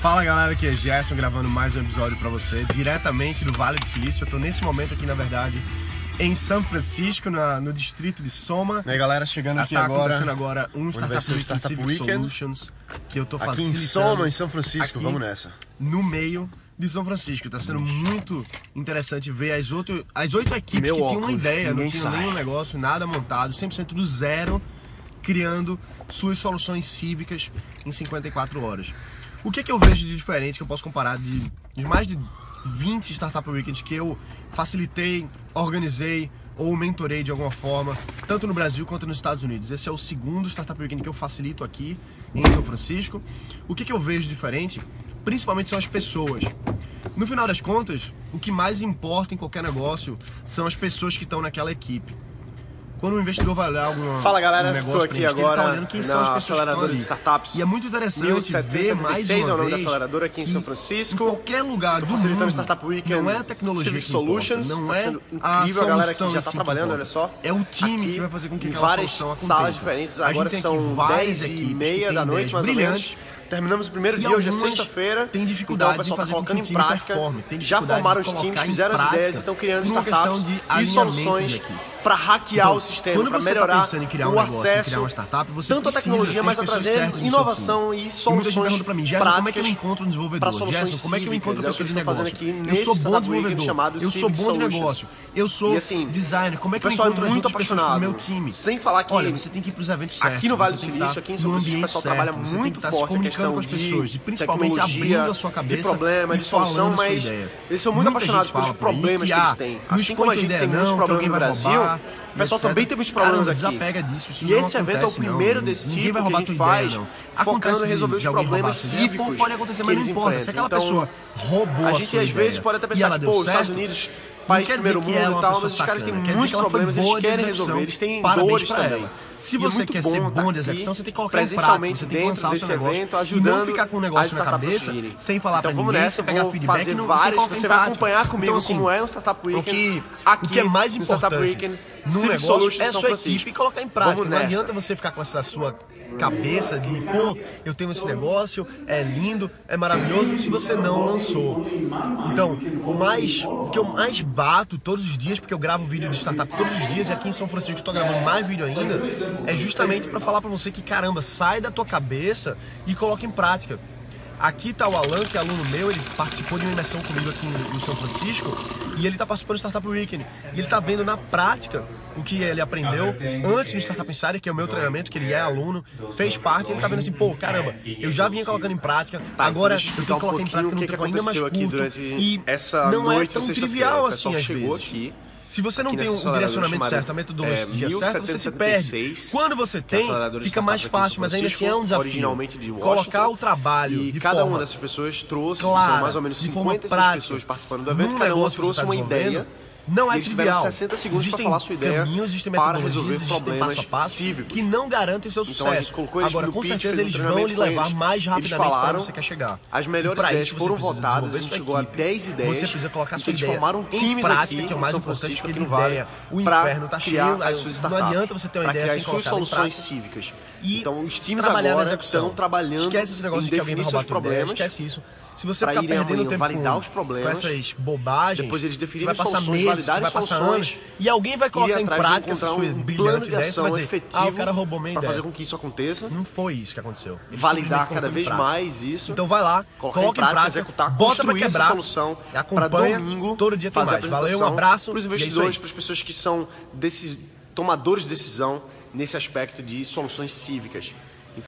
Fala galera, aqui é Gerson gravando mais um episódio para você, diretamente do Vale do Silício. Eu tô nesse momento aqui, na verdade, em São Francisco, na- no distrito de Soma. E aí, galera, chegando Ah, Né, aqui tá agora. acontecendo agora um Startup, ser o Weekend Startup Civic Weekend. Solutions que eu tô Aqui fazendo em Soma, em São Francisco, Aqui. vamos nessa. no meio de São Francisco. Tá sendo muito interessante ver as, outro, as oito equipes Meu que tinham uma óculos, ideia, não ninguém tinham sai. nenhum um negócio, nada montado, 100% do zero, criando suas soluções cívicas em 54 horas. O que, é que eu vejo de diferente que eu posso comparar de, de mais de 20 Startup Weekends que eu facilitei, organizei ou mentorei de alguma forma, tanto no Brasil quanto nos Estados Unidos. Esse é o segundo Startup Weekend que eu facilito aqui em São Francisco. O que, é que eu vejo diferente, principalmente são as pessoas. No final das contas, o que mais importa em qualquer negócio são as pessoas que estão naquela equipe. Quando o investidor vai olhar alguma Fala, galera, um negócio tô aqui pra gente, ele agora tá olhando quem são na as pessoas que estão aceleradora ali. de startups. E é muito interessante ver mais 1776 uma é o nome da vez aceleradora aqui em que São Francisco. Em qualquer lugar Tô do facilitando mundo, Startup Weekend, não é a tecnologia Civic que importa, Solutions, não tá é sendo a incrível a galera que solução já em tá si trabalhando, que olha só. É o time Aqui, que vai fazer com que em aquela várias solução aconteça. salas diferentes, A gente agora tem aqui são várias 10 e equipes que meia têm da noite, ideias mais ou brilhantes, menos. Terminamos o primeiro E dia, hoje é algumas sexta-feira. têm dificuldade então, o pessoal de fazer tá com colocando que o em time prática. performe, tem já dificuldade de formaram os colocar times, em fizeram as prática ideias e estão criando por uma startups questão de e alinhamento soluções daqui. para hackear Então, o sistema, quando para você tá melhorar pensando em criar um o negócio, em criar acesso, uma startup, você tanto precisa a ter tecnologia, mas a as pessoas trazer certas no seu inovação time. E e muita gente soluções pergunta pra mim, Gerson, práticas como é que eu encontro um pra desenvolvedor? soluções Gerson, como é que eu cívicas? encontro É o pessoas que de eles negócio? estão fazendo aqui eu nesse sou bom Startup Weekend desenvolvedor, chamado eu sou Civic bom de Solutions. negócio, eu sou E, assim, designer, como é que o eu pessoal é encontro as muito outras pessoas pro apaixonado. meu time? Sem falar que- Olha, você tem que ir pros eventos certos. Aqui no Vale você do tem que Silício, tá aqui em São no Francisco, o ambiente pessoal trabalha certo, você tem que muito tá se forte a comunicando questão com as de pessoas, e principalmente tecnologia, abrindo a sua de cabeça problema, e de solução, falando a sua mas ideia. eles são muito Muita apaixonados gente fala pelos por aí problemas que, que eles ah, têm. não Assim como a esconde gente ideia tem muitos não, que problemas alguém no vai Brasil, roubar, o pessoal etc. também tem muitos Cara, problemas não aqui. desapega disso, isso E não esse evento é o acontece, não. primeiro desse Ninguém tipo vai que a roubar gente tua ideia, faz, não. focando Acontece em de- resolver os de alguém problemas roubar, assim, cívicos Pode acontecer, que mas não eles importa. Se enfrentam. aquela Então, pessoa roubou a a gente, sua às ideia vezes, pode até e pensar ela que, deu pô, os Estados certo, Unidos, não país quer de primeiro dizer que mundo ela é e uma tal, pessoa mas os caras têm sacana, quer dizer muitos que ela foi problemas, eles boa de querem execução. resolver, eles têm Parabéns dores pra ela. também. Se E é você muito quer bom ser tá bom de aqui, execução, você tem que colocar um presencialmente prático, você tem que dentro lançar o seu desse negócio evento, e não ajudando ficar com um as negócio na startups cabeça, surgirem. sem falar Então pra vamos ninguém, nessa, sem eu pegar vou feedback, fazer não, várias, você coloca você em vai prática. acompanhar comigo Então, assim, como é um Startup Weekend o que, aqui o que é mais no Startup importante Weekend, num Civic negócio Solutions é a São sua Francisco. equipe e colocar em prática. Vamos não nessa. adianta você ficar com essa sua cabeça de, pô, eu tenho esse negócio, é lindo, é maravilhoso, se você não lançou. Então, o mais o que eu mais bato todos os dias, porque eu gravo vídeo de startup todos os dias e aqui em São Francisco eu tô gravando mais vídeo ainda, é justamente para falar para você que caramba, sai da tua cabeça e coloca em prática. Aqui tá o Alan, que é aluno meu, ele participou de uma imersão comigo aqui em, em São Francisco e ele tá participando do Startup Weekend. E ele tá vendo na prática o que ele aprendeu antes no Startup Insider, que é o meu treinamento, que ele é aluno, fez parte, e ele tá vendo assim, pô, caramba, eu já vinha colocando em prática, agora eu deixa eu tenho que explicar um colocar em pouquinho prática o num que que tempo ainda mais aconteceu curto. aqui durante E essa não é noite, tão sexta-feira. trivial O assim pessoal às chegou vezes. aqui, Se você não aqui tem nessa um aceleradora direcionamento chamada, certo, a metodologia é, certa, você se perde. 1776, Quando você que é a tem, aceleradora de fica mais startup aqui em fácil, São mas ainda assim é um Francisco, desafio. Originalmente de Washington, Colocar o trabalho E de cada forma uma dessas pessoas trouxe, clara, são mais ou menos de forma 56 prática, pessoas participando do evento, num cada uma negócio que você trouxe tá uma ideia. desenvolvendo, não é e eles tiveram trivial. 60 segundos para existem falar a sua ideia caminhos, existem para metodologias, resolver existem problemas passo a passo cívicos. que não garantem o seu Então, sucesso. a gente colocou eles Agora, no com pitch, certeza fez um eles vão treinamento lhe com levar eles. mais Eles rapidamente para falaram, você quer chegar. as melhores E pra ideias isso, foram você precisa votadas, desenvolver a gente sua chegou a equipe. 10 ideias, então Você precisa colocar sua eles ideia formaram em times prática, aqui que é o em mais São importante, Francisco, porque aqui no a ideia, Vale, o pra inferno tá cheio, criar não as suas adianta você ter uma startups, pra ideia criar sem as suas colocar ela em soluções prática. cívicas. E então, os times trabalhar na agora execução. estão trabalhando Esquece esse negócio em de que alguém vai definir roubar seus tua ideia, problemas, esquece isso. Se você pra ficar irem perdendo amanhã, tempo validar com, os problemas, com essas bobagens, depois eles você vai definirem passar soluções, meses, você validarem vai passar soluções, anos, e alguém vai ir colocar em atrás de prática essa encontrar sua um plano brilhante de ideia, você vai ação dizer, ah, o efetivo cara roubou minha para ideia. fazer com que isso aconteça. Não foi isso que aconteceu. Ele simplesmente validar cada colocou em vez prática. mais isso. Então vai lá, coloca, coloca em em prática, prática, executar, bota pra construir essa quebrar, solução para acompanha, domingo. todo dia tem fazer a mais. Valeu, um apresentação abraço. Para os e é isso aí. investidores, para as pessoas que são desse, tomadores de decisão nesse aspecto de soluções cívicas.